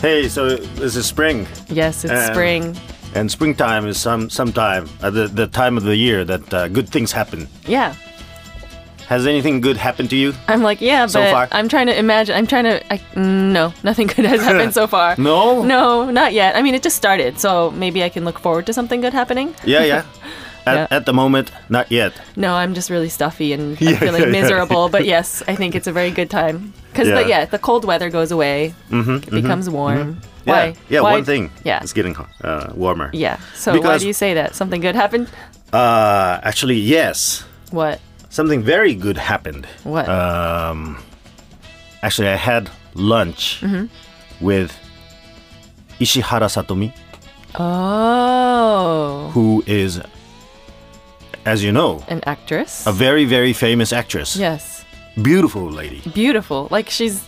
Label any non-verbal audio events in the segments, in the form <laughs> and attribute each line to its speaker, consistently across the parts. Speaker 1: Hey, so this is spring,
Speaker 2: Yes, it's
Speaker 1: And-
Speaker 2: spring.
Speaker 1: and springtime is some sometime uh, the the time of the year that uh, good things happen.
Speaker 2: Yeah.
Speaker 1: Has anything good happened to you?
Speaker 2: I'm like, yeah, but
Speaker 1: So far?
Speaker 2: I'm trying to imagine. I'm trying to. I, mm, no, <laughs> nothing good has happened so far.
Speaker 1: <laughs> No?
Speaker 2: No, not yet. I mean, it just started, so maybe I can look forward to something good happening.
Speaker 1: Yeah, yeah. <laughs> At,
Speaker 2: Yeah.
Speaker 1: at the moment, not yet.
Speaker 2: No, I'm just really stuffy and I'm feeling
Speaker 1: <laughs> yeah, yeah.
Speaker 2: miserable. But
Speaker 1: <laughs>
Speaker 2: yes, I think it's a very good time because
Speaker 1: Yeah. Mm-hmm,
Speaker 2: the yeah the cold weather goes away. it becomes warm. Why?
Speaker 1: Yeah, yeah.
Speaker 2: why-
Speaker 1: One thing.
Speaker 2: Yeah.
Speaker 1: it's getting uh, warmer.
Speaker 2: Yeah. So why
Speaker 1: Because-
Speaker 2: do you say that? Something good happened?
Speaker 1: Uh, actually, yes.
Speaker 2: What?
Speaker 1: Something very good happened.
Speaker 2: What?
Speaker 1: Um, actually, I had lunch
Speaker 2: Mm-hmm.
Speaker 1: with Ishihara Satomi,
Speaker 2: oh,
Speaker 1: who is, as you know,
Speaker 2: an actress.
Speaker 1: a very, very famous actress.
Speaker 2: yes.
Speaker 1: Beautiful lady.
Speaker 2: Beautiful. Like she's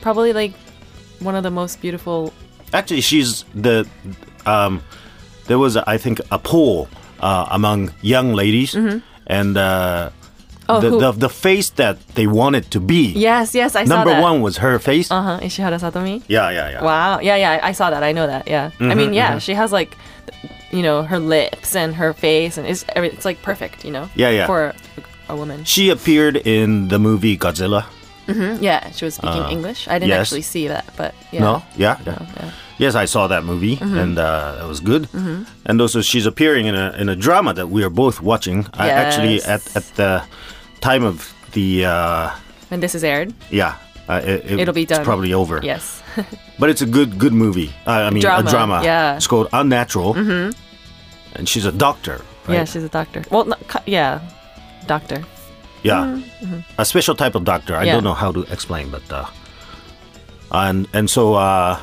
Speaker 2: probably like one of the most beautiful.
Speaker 1: Actually, she's the. Um, there was, I think, a poll uh, among young ladies, and uh,
Speaker 2: Mm-hmm. Oh,
Speaker 1: the,
Speaker 2: who-
Speaker 1: the the face that they wanted to be.
Speaker 2: Yes, yes, I saw
Speaker 1: Number
Speaker 2: that.
Speaker 1: one was her face.
Speaker 2: Uh huh. Ishihara Satomi.
Speaker 1: yeah, yeah, yeah.
Speaker 2: Wow. Yeah, yeah. I saw that. I know that. Yeah. I
Speaker 1: Mm-hmm,
Speaker 2: mean, yeah. She has like, you know, her lips and her face, and it's every- it's like perfect. You know.
Speaker 1: Yeah, yeah.
Speaker 2: For a woman.
Speaker 1: She appeared in the movie Godzilla.
Speaker 2: Yeah, she was speaking English. I didn't
Speaker 1: Uh, yes.
Speaker 2: actually see that, but yeah. Oh,
Speaker 1: No, yeah, yeah.
Speaker 2: yeah. Mm-hmm.
Speaker 1: Yes, I saw that movie, and uh, that was good. And also, she's appearing in a in a drama that we are both watching. I actually
Speaker 2: Yes.
Speaker 1: at at the time of the uh,
Speaker 2: When this is aired,
Speaker 1: yeah, uh, it, it-
Speaker 2: It'll be done.
Speaker 1: It's probably over.
Speaker 2: yes. <laughs>
Speaker 1: but it's a good good movie. Uh, I mean,
Speaker 2: Drama,
Speaker 1: a drama.
Speaker 2: yeah. Mm-hmm.
Speaker 1: it's called Unnatural, and she's a doctor. Right?
Speaker 2: Yeah, she's a doctor. Well, not, cu- yeah, doctor.
Speaker 1: Yeah, a special type of doctor. I
Speaker 2: Mm-hmm. Yeah.
Speaker 1: don't know how to explain, but uh, and and so uh,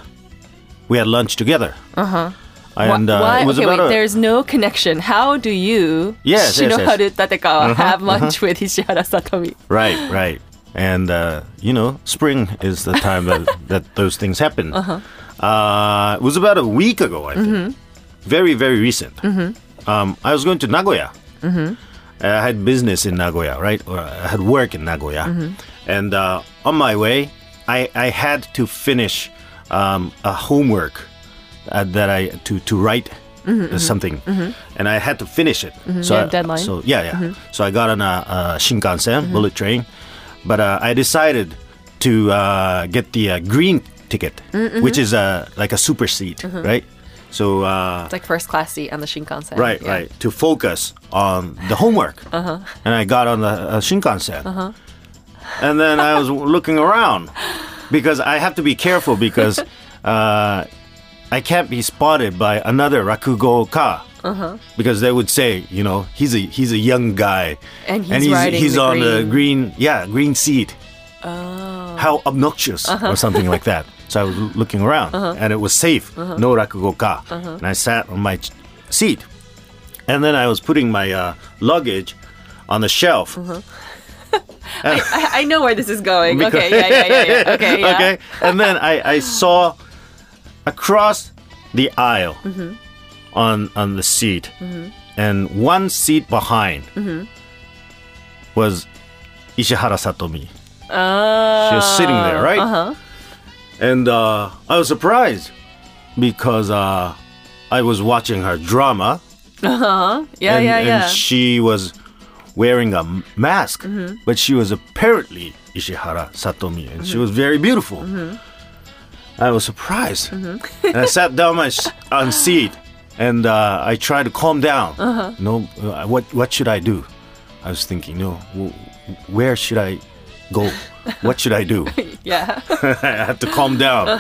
Speaker 1: we had lunch together. Uh huh.
Speaker 2: Uh-huh. Wh-
Speaker 1: And uh,
Speaker 2: why?
Speaker 1: it was
Speaker 2: okay,
Speaker 1: about
Speaker 2: wait.
Speaker 1: a-
Speaker 2: There's no connection. How do you,
Speaker 1: Yes, Uh-huh, yes,
Speaker 2: Shinoharu
Speaker 1: yes.
Speaker 2: Tatekawa, have lunch with Ishihara Satomi?
Speaker 1: right, right. And uh, you know, spring is the time
Speaker 2: <laughs>
Speaker 1: that, that those things happen. Uh-huh. Uh, it was about a week ago, I think. Very, very recent.
Speaker 2: Mm-hmm.
Speaker 1: Um, I was going to Nagoya. Uh, I had business in Nagoya, right? Or I had work in Nagoya.
Speaker 2: Mm-hmm.
Speaker 1: And uh, on my way, I, I had to finish um, a homework uh, that I to to write
Speaker 2: Mm-hmm,
Speaker 1: uh, something, and I had to finish it. So
Speaker 2: You
Speaker 1: I,
Speaker 2: had deadline?
Speaker 1: So
Speaker 2: Mm-hmm.
Speaker 1: yeah, yeah. So I got on a, a Shinkansen bullet train, but uh, I decided to uh, get the uh, green ticket,
Speaker 2: Mm-hmm.
Speaker 1: which is uh, like a super seat, right? So. Uh,
Speaker 2: It's like first class seat on the Shinkansen.
Speaker 1: Right,
Speaker 2: Yeah.
Speaker 1: right. To focus on the homework. And I got on the uh, Shinkansen. And then I was <laughs> looking around because I have to be careful because uh, I can't be spotted by another rakugo ka.
Speaker 2: Uh-huh.
Speaker 1: Because they would say, you know, he's a he's a young guy,
Speaker 2: And he's riding
Speaker 1: he's
Speaker 2: the
Speaker 1: on the
Speaker 2: green-
Speaker 1: green, yeah, green seat. Oh. How obnoxious,
Speaker 2: Uh-huh.
Speaker 1: or something like that. So I was l- looking around, and it was safe,
Speaker 2: Uh-huh.
Speaker 1: no rakugo ka, and I sat on my ch- seat, and then I was putting my uh, luggage on the shelf.
Speaker 2: <laughs> I, I know where this is going.
Speaker 1: Because-
Speaker 2: Okay. Yeah. Yeah. Yeah. yeah.
Speaker 1: <laughs>
Speaker 2: Okay. Yeah.
Speaker 1: okay. And then I, I saw across the aisle
Speaker 2: Mm-hmm.
Speaker 1: on on the seat, and one seat behind
Speaker 2: Mm-hmm.
Speaker 1: was Ishihara Satomi.
Speaker 2: Uh,
Speaker 1: She was sitting there, right?
Speaker 2: Uh-huh.
Speaker 1: And uh, I was surprised because uh, I was watching her drama,
Speaker 2: Yeah.
Speaker 1: and,
Speaker 2: yeah.
Speaker 1: and
Speaker 2: Yeah.
Speaker 1: she was wearing a m- mask,
Speaker 2: Mm-hmm.
Speaker 1: but she was apparently Ishihara Satomi, and she was
Speaker 2: Mm-hmm.
Speaker 1: very beautiful. I was surprised,
Speaker 2: Mm-hmm.
Speaker 1: and I sat down my
Speaker 2: <laughs>
Speaker 1: s- on seat, and uh, I tried to calm down.
Speaker 2: Uh-huh.
Speaker 1: No, uh, what what should I do? I was thinking, no, w- where should I go? What should I do?
Speaker 2: <laughs> <laughs> yeah.
Speaker 1: <laughs> I had to calm down.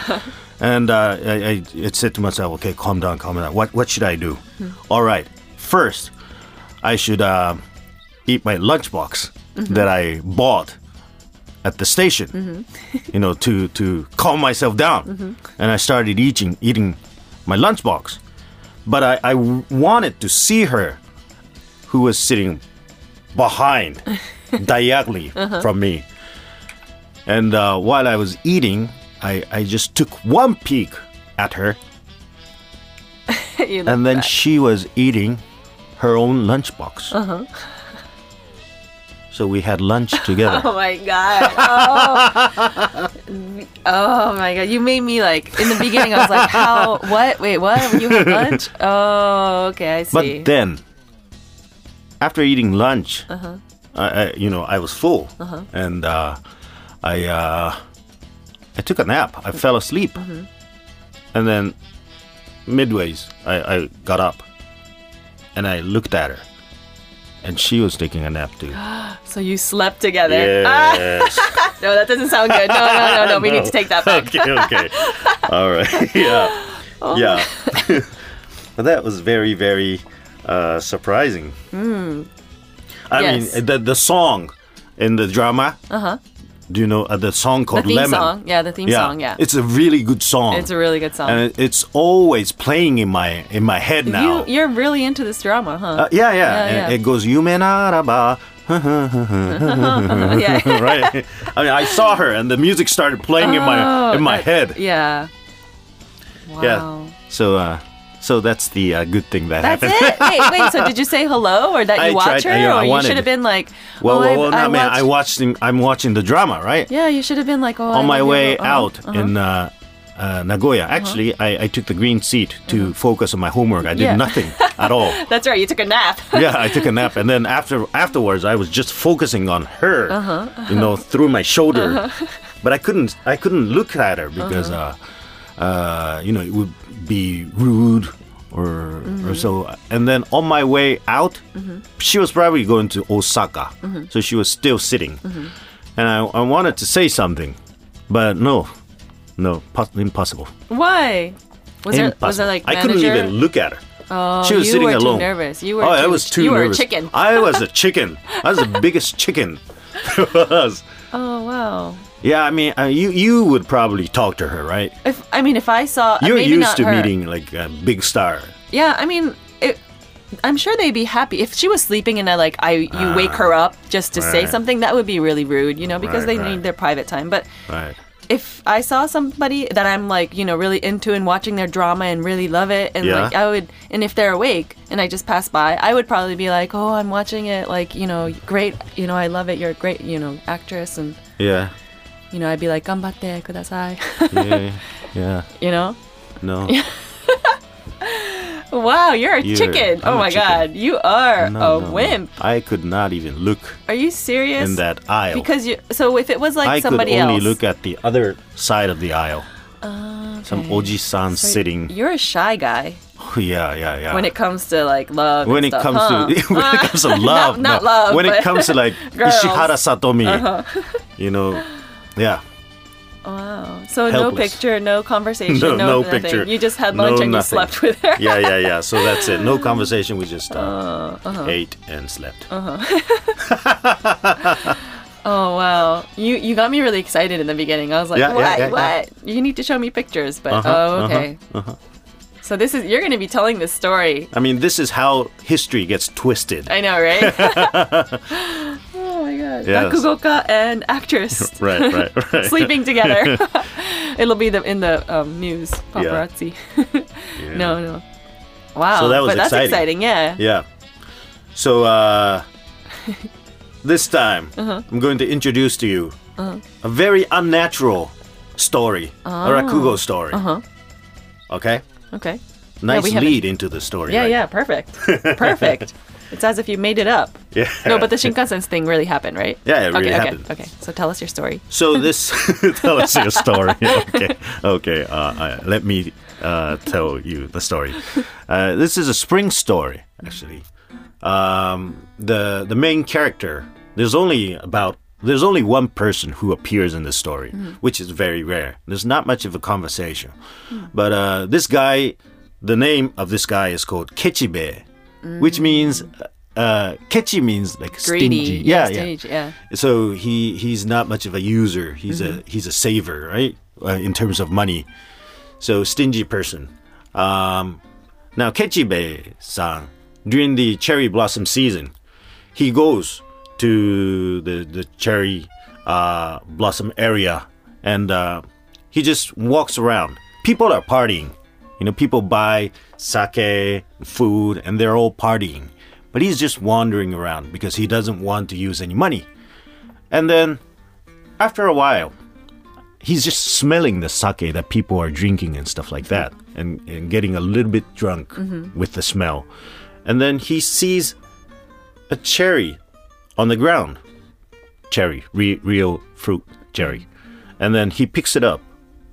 Speaker 1: And uh, I, I it said to myself, okay, calm down, calm down. What what should I do? All right, first, I should uh, eat my lunchbox that I bought at the station. you know, to to calm myself down. And I started eating eating my lunchbox, but I, I wanted to see her, who was sitting behind, diagonally from me. And uh, while I was eating, I, I just took one peek at her,
Speaker 2: You
Speaker 1: and then she was eating her own lunchbox. Uh-huh. So we had lunch together.
Speaker 2: <laughs> Oh my god. Oh. <laughs> oh my god. You made me like in the beginning I was
Speaker 1: <laughs>
Speaker 2: like, how what? Wait, what? You had lunch? Oh, okay, I see.
Speaker 1: But then, after eating lunch, I, I, you know, I was full, and uh, I uh, I took a nap. I fell asleep, and then midways, I, I got up, and I looked at her, and she was taking a nap too.
Speaker 2: so you slept together. Ah,
Speaker 1: Yes.
Speaker 2: no, that doesn't sound good. No, no, no, no. We need to take that
Speaker 1: <laughs>
Speaker 2: back.
Speaker 1: okay. Okay. All right. <laughs> Yeah.
Speaker 2: Oh.
Speaker 1: Yeah. <laughs> Well, that was very, very uh, surprising. I
Speaker 2: Hmm. Yes. Uh-huh.
Speaker 1: mean, the the song in the drama. Uh huh. Do you know uh, the song
Speaker 2: The
Speaker 1: called
Speaker 2: theme
Speaker 1: Lemon?
Speaker 2: song. Yeah, the theme song, yeah.
Speaker 1: It's a really good song.
Speaker 2: It's a really good song.
Speaker 1: and it- it's always playing in my in my head now.
Speaker 2: You you're really into this drama, huh?
Speaker 1: Uh, yeah, yeah.
Speaker 2: Yeah,
Speaker 1: and
Speaker 2: yeah.
Speaker 1: It goes Yume Naraba.
Speaker 2: Oh, yeah.
Speaker 1: <laughs>
Speaker 2: <laughs>
Speaker 1: right. <laughs> I mean, I saw her, and the music started playing in
Speaker 2: Oh,
Speaker 1: my in my head.
Speaker 2: yeah.
Speaker 1: Yeah.
Speaker 2: Wow.
Speaker 1: So, uh, so that's the uh, good thing that
Speaker 2: That's
Speaker 1: happened.
Speaker 2: it. Wait, wait. So did you say hello, or that
Speaker 1: <laughs>
Speaker 2: you
Speaker 1: I
Speaker 2: watch
Speaker 1: tried-
Speaker 2: her,
Speaker 1: yeah, I
Speaker 2: or you
Speaker 1: wanted-
Speaker 2: should have been like,
Speaker 1: Well,
Speaker 2: oh,
Speaker 1: well, well,
Speaker 2: I,
Speaker 1: no,
Speaker 2: I
Speaker 1: man, I
Speaker 2: watched-
Speaker 1: watched. him- I'm watching the drama, right?
Speaker 2: yeah, you should have been like, oh, I
Speaker 1: On my
Speaker 2: love you,
Speaker 1: way
Speaker 2: uh-huh,
Speaker 1: out
Speaker 2: uh-huh.
Speaker 1: in uh, uh, Nagoya, actually, I, I took the green seat to focus on my homework. I did
Speaker 2: Uh-huh. Yeah.
Speaker 1: nothing at
Speaker 2: <laughs>
Speaker 1: all.
Speaker 2: That's right. You took a nap. <laughs>
Speaker 1: yeah, I took a nap, and then after afterwards, I was just focusing on her, you know, through my shoulder. But I couldn't, I couldn't look at her because, uh uh, you know, it would be rude or or so. And then on my way out, she was probably going to Osaka, so she was still sitting, and I, I wanted to say something, but no, no, pos- impossible.
Speaker 2: Why? Was there was
Speaker 1: Impossible.
Speaker 2: there like
Speaker 1: I
Speaker 2: manager?
Speaker 1: couldn't even look at her.
Speaker 2: Oh,
Speaker 1: She was
Speaker 2: you
Speaker 1: sitting
Speaker 2: were
Speaker 1: alone.
Speaker 2: Too nervous. You were.
Speaker 1: oh,
Speaker 2: too,
Speaker 1: I was too
Speaker 2: You
Speaker 1: nervous.
Speaker 2: were a chicken.
Speaker 1: I was
Speaker 2: <laughs>
Speaker 1: a chicken. I was the biggest chicken <laughs> there was.
Speaker 2: oh wow.
Speaker 1: Yeah, I mean, uh, you you would probably talk to her, right?
Speaker 2: If I mean, if I saw,
Speaker 1: You're
Speaker 2: Uh, maybe
Speaker 1: used
Speaker 2: not
Speaker 1: to
Speaker 2: her.
Speaker 1: meeting like a big star.
Speaker 2: Yeah, I mean, it, I'm sure they'd be happy if she was sleeping and I like I you wake her up just to say
Speaker 1: Ah. right.
Speaker 2: something. That would be really rude, you know, because
Speaker 1: Right,
Speaker 2: they
Speaker 1: right.
Speaker 2: need their private time. But
Speaker 1: Right.
Speaker 2: if I saw somebody that I'm like, you know, really into and watching their drama and really love it, and
Speaker 1: Yeah.
Speaker 2: like I would, and if they're awake and I just pass by, I would probably be like, oh, I'm watching it, like, you know, great, you know, I love it, you're a great, you know, actress, and, <laughs>
Speaker 1: Yeah.
Speaker 2: you know, I'd be like, ganbatte kudasai, <laughs>
Speaker 1: Yeah. yeah.
Speaker 2: you know? <laughs>
Speaker 1: No.
Speaker 2: Wow, you're a
Speaker 1: You're-
Speaker 2: chicken.
Speaker 1: I'm
Speaker 2: oh
Speaker 1: a
Speaker 2: my
Speaker 1: chicken.
Speaker 2: god, you are
Speaker 1: No, no,
Speaker 2: a
Speaker 1: no.
Speaker 2: wimp.
Speaker 1: I could not even look
Speaker 2: Are you serious?
Speaker 1: in that aisle.
Speaker 2: Because you, so if it was like
Speaker 1: I could
Speaker 2: somebody
Speaker 1: only
Speaker 2: else,
Speaker 1: look at the other side of the aisle. Some
Speaker 2: Oh, okay.
Speaker 1: oji-san
Speaker 2: So
Speaker 1: sitting.
Speaker 2: You're a shy guy
Speaker 1: yeah, yeah, yeah.
Speaker 2: when it comes to like love.
Speaker 1: when
Speaker 2: and
Speaker 1: it
Speaker 2: stuff,
Speaker 1: comes
Speaker 2: huh?
Speaker 1: to <laughs>
Speaker 2: <laughs>
Speaker 1: when it comes to love,
Speaker 2: not
Speaker 1: no.
Speaker 2: love,
Speaker 1: when it
Speaker 2: but-
Speaker 1: comes to like
Speaker 2: Girls. Uh-huh.
Speaker 1: Ishihara Satomi, <laughs> you know, yeah,
Speaker 2: Wow. <laughs> So no
Speaker 1: Helpless.
Speaker 2: picture, no
Speaker 1: <laughs>
Speaker 2: conversation,
Speaker 1: no,
Speaker 2: no,
Speaker 1: no
Speaker 2: nothing.
Speaker 1: picture.
Speaker 2: You just had
Speaker 1: no
Speaker 2: lunch and you
Speaker 1: nothing.
Speaker 2: slept with her.
Speaker 1: yeah, yeah, yeah. So that's it.
Speaker 2: <laughs>
Speaker 1: No conversation. We just uh,
Speaker 2: uh-huh.
Speaker 1: ate and slept.
Speaker 2: Oh wow. You you got me really excited in the beginning. I was like,
Speaker 1: Yeah, yeah,
Speaker 2: what?
Speaker 1: yeah, yeah.
Speaker 2: what? You need to show me pictures, but
Speaker 1: Uh-huh,
Speaker 2: oh okay. So this is you're going to be telling this story.
Speaker 1: I mean, this is how history gets twisted.
Speaker 2: I know, right?
Speaker 1: <laughs>
Speaker 2: oh my god.
Speaker 1: Yes.
Speaker 2: Rakugoka and actress.
Speaker 1: <laughs> Right, right,
Speaker 2: <laughs>
Speaker 1: right.
Speaker 2: Sleeping
Speaker 1: <laughs>
Speaker 2: together. <laughs> It'll be the in the um, news paparazzi. <laughs>
Speaker 1: Yeah.
Speaker 2: no, no.
Speaker 1: So
Speaker 2: Wow.
Speaker 1: that was exciting.
Speaker 2: but that's exciting. Yeah.
Speaker 1: Yeah. So
Speaker 2: <laughs>
Speaker 1: uh, this time,
Speaker 2: Uh-huh.
Speaker 1: I'm going to introduce to you a very unnatural story,
Speaker 2: Oh.
Speaker 1: a rakugo story.
Speaker 2: Uh-huh.
Speaker 1: Okay.
Speaker 2: Okay.
Speaker 1: Nice
Speaker 2: we haven't-
Speaker 1: lead into the story.
Speaker 2: Yeah,
Speaker 1: right?
Speaker 2: yeah,
Speaker 1: <laughs>
Speaker 2: perfect. Perfect. it's as if you made it up.
Speaker 1: Yeah.
Speaker 2: No, but the Shinkansen thing really happened, right?
Speaker 1: Yeah, it really
Speaker 2: okay,
Speaker 1: happened.
Speaker 2: Okay, okay. So tell us your story.
Speaker 1: So this <laughs> tell us your
Speaker 2: <laughs>
Speaker 1: story. okay, okay. Uh, uh, let me uh, tell you the story. Uh, this is a spring story, actually. Um, the the main character. There's only about there's only one person who appears in this story,
Speaker 2: Mm-hmm.
Speaker 1: which is very rare. There's not much of a conversation,
Speaker 2: Hmm.
Speaker 1: but uh, this guy, the name of this guy is called Kechibe, which means. Uh, kechi means like
Speaker 2: Mm. Greedy.
Speaker 1: stingy. Yeah,
Speaker 2: Yeah,
Speaker 1: yeah
Speaker 2: stingy, yeah.
Speaker 1: so he he's not much of a user. He's a he's a saver, right? Uh, in terms of money, so stingy person. Um, now Kechibe-san, during the cherry blossom season, he goes to the the cherry uh, blossom area and uh, he just walks around. People are partying, you know. People buy sake, food, and they're all partying. But he's just wandering around because he doesn't want to use any money. And then after a while, he's just smelling the sake that people are drinking and stuff like that and, and getting a little bit drunk with the smell. And then he sees a cherry on the ground. Cherry, re- real fruit cherry. And then he picks it up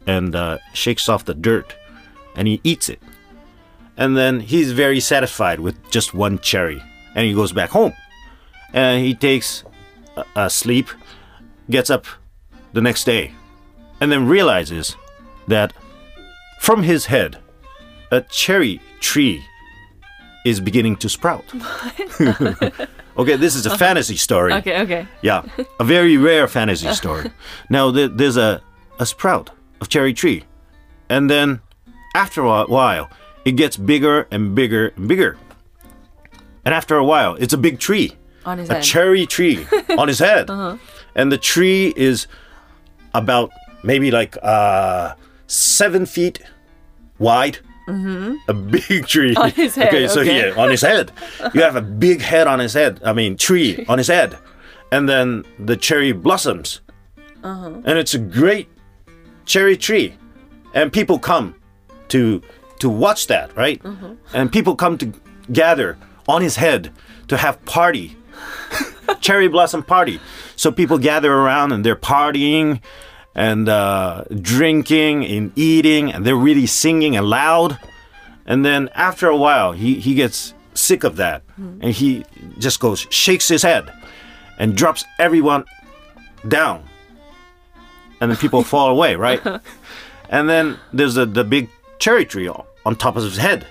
Speaker 1: and uh, shakes off the dirt and he eats it. And then he's very satisfied with just one cherry and he goes back home. And he takes a, a sleep, gets up the next day, and then realizes that from his head, a cherry tree is beginning to sprout. <laughs> okay, this is a fantasy story.
Speaker 2: Okay, okay.
Speaker 1: Yeah, a very rare fantasy story. now th- there's a a sprout of cherry tree, and then after a while, it gets bigger and bigger and bigger. And after a while, it's a big tree,
Speaker 2: On his
Speaker 1: a
Speaker 2: head. Uh-huh.
Speaker 1: cherry
Speaker 2: <laughs>
Speaker 1: tree on his head, and the tree is about maybe like uh, seven feet wide. A big tree
Speaker 2: Mm-hmm. <laughs> On his head,
Speaker 1: Okay, so
Speaker 2: okay.
Speaker 1: yeah, on his head. You have a big head on his head. I mean, tree on his head, and then the cherry blossoms,
Speaker 2: Uh-huh.
Speaker 1: and it's a great cherry tree, and people come to to watch that, right?
Speaker 2: Uh-huh.
Speaker 1: And people come to gather on his head to have party, cherry blossom party. So people gather around and they're partying. And uh, drinking and eating, and they're really singing and loud. And then after a while, he, he gets sick of that. And he just goes, shakes his head, and drops everyone down. And then people fall away, right? And then there's the the big cherry tree o- on top of his head.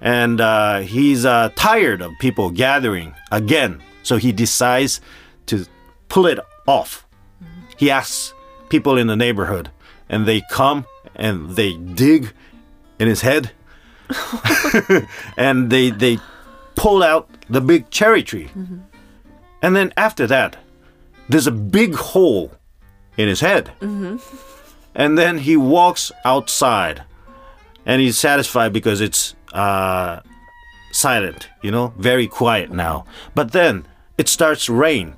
Speaker 1: And uh, he's uh, tired of people gathering again. So he decides to pull it off. He asks people in the neighborhood, and they come and they dig in his head <laughs> and they they pull out the big cherry tree. And then after that, there's a big hole in his head. And then he walks outside, and he's satisfied because it's uh, silent, you know, very quiet now. But then it starts to rain,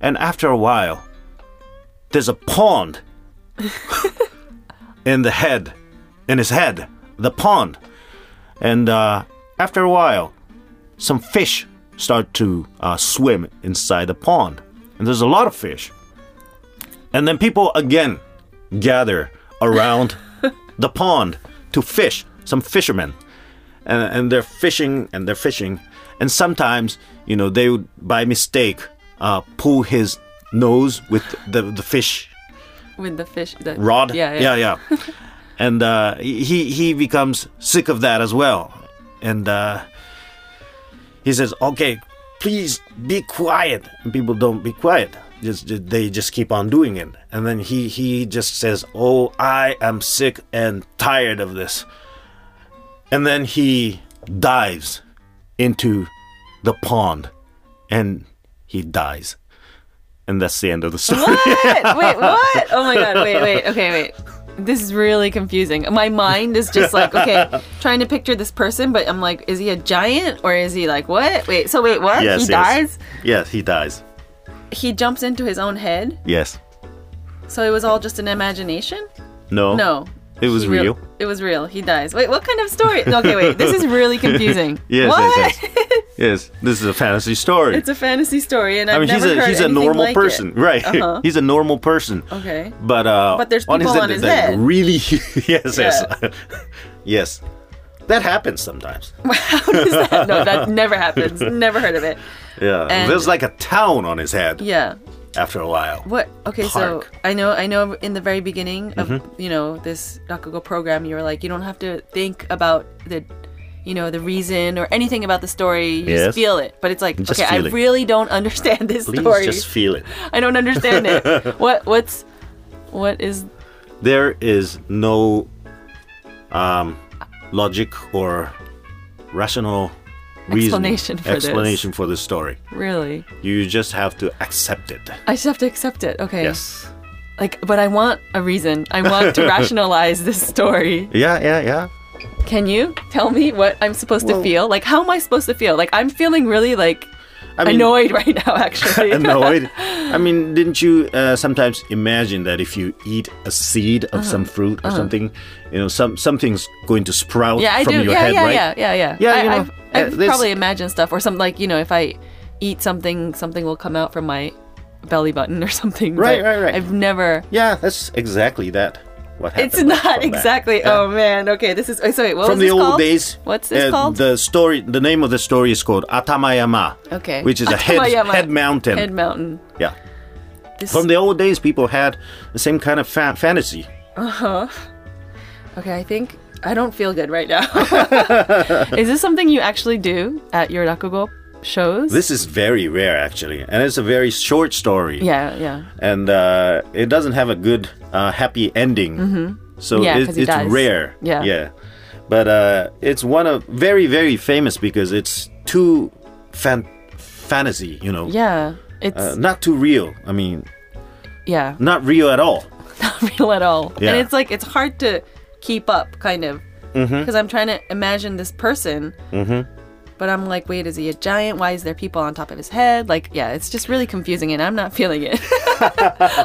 Speaker 1: and after a while, there's a pond in the head, in his head, the pond. And uh, after a while, some fish start to uh, swim inside the pond. And there's a lot of fish. And then people again gather around the pond to fish, some fishermen. And, and they're fishing and they're fishing. And sometimes, you know, they would, by mistake, uh, pull his nose with the, the fish
Speaker 2: With the fish. The,
Speaker 1: rod.
Speaker 2: Yeah, yeah.
Speaker 1: yeah.
Speaker 2: <laughs>
Speaker 1: and uh, he he becomes sick of that as well, and uh, he says, "Okay, please be quiet." And people don't be quiet. Just ju- they just keep on doing it, and then he he just says, "Oh, I am sick and tired of this," and then he dives into the pond, and he dies, and that's the end of the story.
Speaker 2: What? <laughs> Wait, what? Oh my god, wait, wait, okay, wait. This is really confusing. My mind is just
Speaker 1: <laughs>
Speaker 2: like, okay, trying to picture this person, but I'm like, is he a giant or is he like what? Wait, so wait, what?
Speaker 1: <laughs> Yes,
Speaker 2: he
Speaker 1: yes.
Speaker 2: dies?
Speaker 1: Yes, he dies.
Speaker 2: He jumps into his own head?
Speaker 1: Yes.
Speaker 2: So it was all just an imagination?
Speaker 1: No.
Speaker 2: No.
Speaker 1: Oh. It was
Speaker 2: He real-
Speaker 1: real.
Speaker 2: It was real. He dies. Wait, what kind of story? Okay, wait. This
Speaker 1: <laughs>
Speaker 2: is really confusing.
Speaker 1: Yes,
Speaker 2: what?
Speaker 1: yes, Yes, this is a fantasy story.
Speaker 2: <laughs> It's a fantasy story, and I've
Speaker 1: I mean, he's
Speaker 2: never
Speaker 1: a
Speaker 2: heard
Speaker 1: he's a
Speaker 2: anything
Speaker 1: normal
Speaker 2: like it.
Speaker 1: person, <laughs> right?
Speaker 2: Uh-huh.
Speaker 1: he's a normal person.
Speaker 2: Okay. <laughs>
Speaker 1: But uh,
Speaker 2: But there's
Speaker 1: on his head,
Speaker 2: people on his
Speaker 1: there's like
Speaker 2: head.
Speaker 1: really <laughs> yes, yes, <laughs> yes. That happens
Speaker 2: <laughs>
Speaker 1: sometimes.
Speaker 2: no, that
Speaker 1: <laughs>
Speaker 2: never happens. Never heard of it.
Speaker 1: Yeah,
Speaker 2: And-
Speaker 1: there's like a town on his head
Speaker 2: Yeah.
Speaker 1: after a while.
Speaker 2: What? Okay,
Speaker 1: Park. Mm-hmm.
Speaker 2: so I know, I know. In the very beginning of you know this Rakugo program, you were like, you don't have to think about the, you know, the reason or anything about the story. You
Speaker 1: Yes.
Speaker 2: just feel it. But it's like,
Speaker 1: Just
Speaker 2: okay, I
Speaker 1: feel it.
Speaker 2: really don't understand this
Speaker 1: Please
Speaker 2: story.
Speaker 1: just feel it.
Speaker 2: I don't
Speaker 1: <laughs>
Speaker 2: understand it. what? What's? What is?
Speaker 1: There is no um, logic or rational reason,
Speaker 2: Explanation for this.
Speaker 1: explanation for this story.
Speaker 2: Really?
Speaker 1: You just have to accept it.
Speaker 2: I just have to accept it. Okay.
Speaker 1: Yes. <laughs>
Speaker 2: Like, but I want a reason. I want to rationalize this story.
Speaker 1: Yeah, yeah, yeah.
Speaker 2: Can you tell me what I'm supposed
Speaker 1: Well-
Speaker 2: to feel? Like, how am I supposed to feel? Like, I'm feeling really like
Speaker 1: I mean,
Speaker 2: annoyed right now. <laughs> Actually,
Speaker 1: <laughs>
Speaker 2: <laughs>
Speaker 1: annoyed. I mean, didn't you uh, sometimes imagine that if you eat a seed
Speaker 2: Uh-huh.
Speaker 1: of some fruit or something, you know, some something's going to sprout
Speaker 2: yeah, I
Speaker 1: from
Speaker 2: do.
Speaker 1: your
Speaker 2: Yeah,
Speaker 1: head,
Speaker 2: yeah,
Speaker 1: right?
Speaker 2: yeah, yeah, yeah,
Speaker 1: Yeah,
Speaker 2: I,
Speaker 1: you know,
Speaker 2: I've, I've
Speaker 1: uh, this-
Speaker 2: probably imagined stuff or something like you know, if I eat something, something will come out from my belly button or <laughs> something.
Speaker 1: Right,
Speaker 2: but
Speaker 1: right, right.
Speaker 2: I've never.
Speaker 1: Yeah, that's exactly that. What happened?
Speaker 2: It's not
Speaker 1: from that.
Speaker 2: exactly.
Speaker 1: Yeah.
Speaker 2: Oh man. Okay. This is. So wait. What
Speaker 1: From
Speaker 2: was
Speaker 1: the
Speaker 2: this
Speaker 1: old
Speaker 2: called?
Speaker 1: days.
Speaker 2: What's this
Speaker 1: uh,
Speaker 2: called?
Speaker 1: The story. The name of the story is called Atamayama.
Speaker 2: Okay.
Speaker 1: Which is a head,
Speaker 2: Atamayama.
Speaker 1: head mountain.
Speaker 2: Head Mountain.
Speaker 1: Yeah.
Speaker 2: This,
Speaker 1: From the old days, people had the same kind of fa- fantasy.
Speaker 2: okay. I think I don't feel good
Speaker 1: <laughs>
Speaker 2: right now. is this something you actually do at your rakugo shows?
Speaker 1: This is very rare, actually, and it's a very short story.
Speaker 2: yeah. Yeah.
Speaker 1: and uh, it doesn't have a good uh, happy ending. So
Speaker 2: Mm-hmm. Yeah,
Speaker 1: it,
Speaker 2: 'cause
Speaker 1: it's
Speaker 2: it dies.
Speaker 1: rare.
Speaker 2: Yeah.
Speaker 1: yeah. But uh, it's one of very very famous because it's too fan- fantasy, you know,
Speaker 2: Yeah. It's
Speaker 1: uh, not too real. I mean,
Speaker 2: yeah.
Speaker 1: not real at all.
Speaker 2: not real at all.
Speaker 1: Yeah.
Speaker 2: And it's like it's hard to keep up, kind of, because
Speaker 1: Mm-hmm.
Speaker 2: I'm trying to imagine this person. But I'm like, wait, is he a giant? Why is there people on top of his head? Like, yeah, it's just really confusing, and I'm not feeling it. <laughs>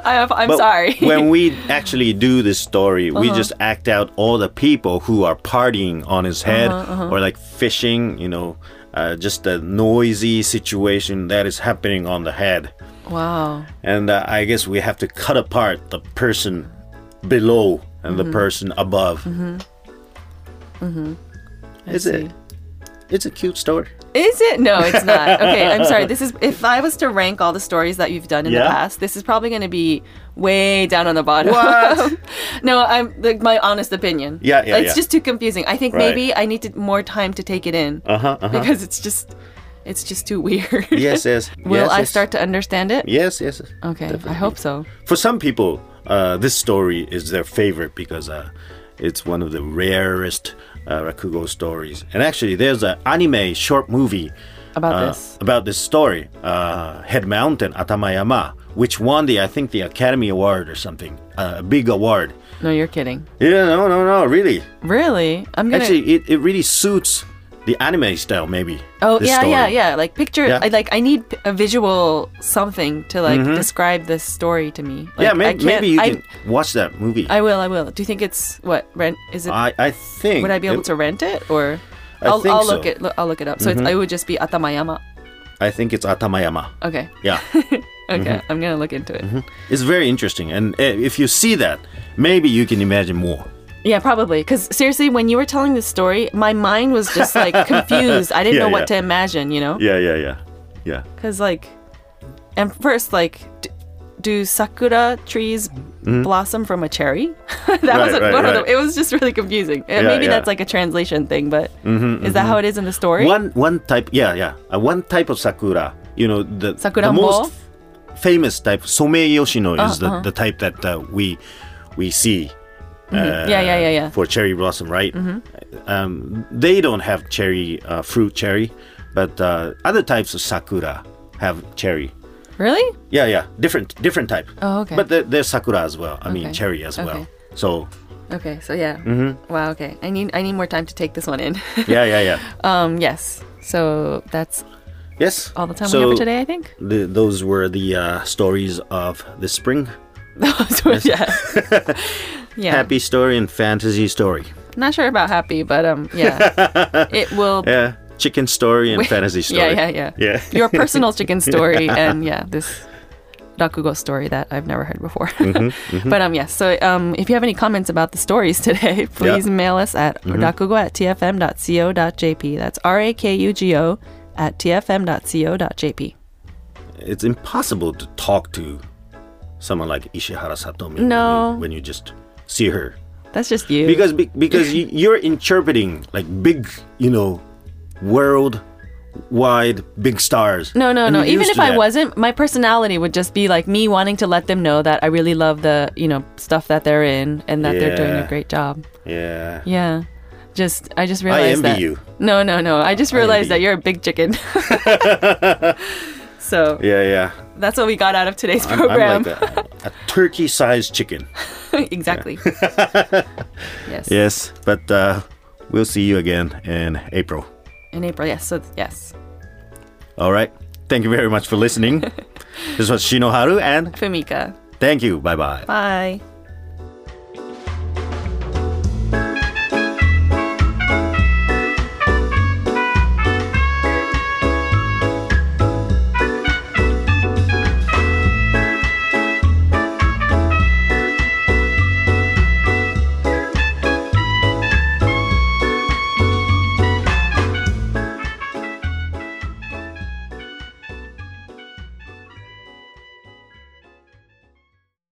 Speaker 2: I, I'm
Speaker 1: But
Speaker 2: sorry.
Speaker 1: <laughs>
Speaker 2: Uh-huh.
Speaker 1: when we actually do this story, we just act out all the people who are partying on his
Speaker 2: Uh-huh,
Speaker 1: head or like fishing, you know, uh, just the noisy situation that is happening on the head.
Speaker 2: <laughs> wow.
Speaker 1: and uh, I guess we have to cut apart the person below and the person above. Mm-hmm. Mm-hmm. Is it?
Speaker 2: see.
Speaker 1: It's a cute story.
Speaker 2: Is it? No, it's
Speaker 1: <laughs>
Speaker 2: not. Okay, I'm sorry. This is if I was to rank all the stories that you've done in
Speaker 1: Yeah?
Speaker 2: the past, this is probably going to be way down on the bottom.
Speaker 1: What?
Speaker 2: <laughs> no, I'm like my honest opinion.
Speaker 1: Yeah, yeah,
Speaker 2: It's
Speaker 1: yeah.
Speaker 2: just too confusing. I think
Speaker 1: Right.
Speaker 2: maybe I need to, more time to take it in
Speaker 1: Uh-huh, uh-huh.
Speaker 2: because it's just it's just too weird.
Speaker 1: Yes, yes.
Speaker 2: <laughs> Will
Speaker 1: yes,
Speaker 2: I
Speaker 1: yes.
Speaker 2: start to understand it?
Speaker 1: Yes, yes.
Speaker 2: Okay,
Speaker 1: Definitely.
Speaker 2: I hope so.
Speaker 1: For some people, uh, this story is their favorite because uh, it's one of the rarest uh, Rakugo stories. And actually, there's an anime short movie
Speaker 2: About
Speaker 1: uh,
Speaker 2: this.
Speaker 1: about this story, uh, Head Mountain Atamayama, which won the I think the Academy Award or something, uh, a big award.
Speaker 2: No, you're kidding.
Speaker 1: Yeah, no, no, no, really.
Speaker 2: Really? I'm gonna.
Speaker 1: Actually, it, it really suits the anime style, maybe.
Speaker 2: oh
Speaker 1: this
Speaker 2: yeah,
Speaker 1: story.
Speaker 2: yeah, yeah. Like picture.
Speaker 1: Yeah. Mm-hmm.
Speaker 2: I like. I need a visual something to like describe this story to me. Like,
Speaker 1: yeah,
Speaker 2: I
Speaker 1: may-
Speaker 2: can't-
Speaker 1: maybe you
Speaker 2: I-
Speaker 1: can watch that movie. I,
Speaker 2: I will. I will. Do you think it's what rent? Is it?
Speaker 1: I, think.
Speaker 2: would I be able
Speaker 1: it-
Speaker 2: to rent it or?
Speaker 1: I
Speaker 2: will
Speaker 1: think
Speaker 2: I'll look
Speaker 1: so. Mm-hmm.
Speaker 2: it. Look, I'll look it up. So it's, it would just be Atamayama.
Speaker 1: I think it's Atamayama.
Speaker 2: Okay.
Speaker 1: Yeah.
Speaker 2: <laughs>
Speaker 1: Mm-hmm.
Speaker 2: Okay. I'm gonna look into it.
Speaker 1: It's very interesting, and uh, if you see that, maybe you can imagine more.
Speaker 2: Yeah, probably. Because seriously, when you were telling this story, my mind was
Speaker 1: <laughs>
Speaker 2: just like confused. I didn't
Speaker 1: Yeah,
Speaker 2: know what
Speaker 1: yeah.
Speaker 2: to imagine. You know?
Speaker 1: Yeah, yeah, yeah, yeah.
Speaker 2: Because like, and first like. D- do sakura trees blossom from a cherry? <laughs> that was
Speaker 1: Mm. Right, right,
Speaker 2: one of
Speaker 1: right.
Speaker 2: the. It was just really confusing. Uh, Maybe
Speaker 1: yeah. Mm-hmm,
Speaker 2: that's like a translation thing, but is that how it is in the story?
Speaker 1: One one type, yeah, yeah, uh, one type of sakura. You know, the the
Speaker 2: Sakuranbo?
Speaker 1: most f- famous type, Somei Yoshino, is the,
Speaker 2: Uh-huh.
Speaker 1: the type that uh, we we see. uh,
Speaker 2: Yeah, yeah, yeah, Mm-hmm. yeah.
Speaker 1: For cherry blossom, right? Um, they don't have cherry uh, fruit cherry, but uh, other types of sakura have cherry.
Speaker 2: Really?
Speaker 1: Yeah, yeah, different different type.
Speaker 2: Oh, okay.
Speaker 1: But there, there's sakura as well. I mean,
Speaker 2: Okay.
Speaker 1: cherry as well.
Speaker 2: Okay.
Speaker 1: So
Speaker 2: Okay, so yeah.
Speaker 1: Mm-hmm.
Speaker 2: Wow. Okay, I need I need more time to take this
Speaker 1: <laughs>
Speaker 2: one in. <laughs>
Speaker 1: yeah, yeah, yeah.
Speaker 2: um. Yes. So that's
Speaker 1: Yes.
Speaker 2: all the time
Speaker 1: so
Speaker 2: we have for today. I think. <laughs>
Speaker 1: The, those were the uh, stories of the spring.
Speaker 2: So, yeah.
Speaker 1: <laughs>
Speaker 2: yeah.
Speaker 1: Happy story and fantasy story.
Speaker 2: Not sure about happy, but um.
Speaker 1: <laughs>
Speaker 2: Yeah. it will.
Speaker 1: Yeah. Chicken story and fantasy
Speaker 2: <laughs> Yeah.
Speaker 1: story.
Speaker 2: Yeah. Yeah.
Speaker 1: Yeah. <laughs>
Speaker 2: Your personal chicken story and yeah this. Rakugo story that I've never heard before.
Speaker 1: Mm-hmm,
Speaker 2: <laughs> But um, yes. So um, if you have any comments about the stories <laughs> today, please mail us at
Speaker 1: Mm-hmm.
Speaker 2: rakugo at tfm.co.jp. That's R A K U G O at tfm.co.jp.
Speaker 1: It's impossible to talk to someone like Ishihara Satomi when
Speaker 2: No.
Speaker 1: you- when you just see her.
Speaker 2: That's just you.
Speaker 1: because be- because
Speaker 2: <laughs>
Speaker 1: you, you're interpreting like big you know world wide big stars
Speaker 2: no, no,
Speaker 1: And
Speaker 2: no.
Speaker 1: you're
Speaker 2: Even
Speaker 1: used
Speaker 2: if
Speaker 1: to
Speaker 2: I
Speaker 1: that.
Speaker 2: wasn't, my personality would just be like me wanting to let them know that I really love the, you know, stuff that they're in and that they're doing
Speaker 1: Yeah.
Speaker 2: a great job.
Speaker 1: yeah
Speaker 2: Yeah. Just I just realized
Speaker 1: envy
Speaker 2: that.
Speaker 1: you.
Speaker 2: No, no, no. I just realized
Speaker 1: envy
Speaker 2: that
Speaker 1: you.
Speaker 2: you're a big chicken. <laughs> so,
Speaker 1: yeah yeah
Speaker 2: that's what we got out of today's
Speaker 1: I'm, I'm
Speaker 2: program.
Speaker 1: like a,
Speaker 2: <laughs>
Speaker 1: a turkey <laughs> sized chicken
Speaker 2: exactly. yes.
Speaker 1: yes but uh We'll see you again in April.
Speaker 2: in April. Yes. So yes,
Speaker 1: All right. Thank
Speaker 2: <laughs>
Speaker 1: you very much for listening. this was Shinoharu, and
Speaker 2: Fumika.
Speaker 1: thank you. Bye bye.
Speaker 2: Bye.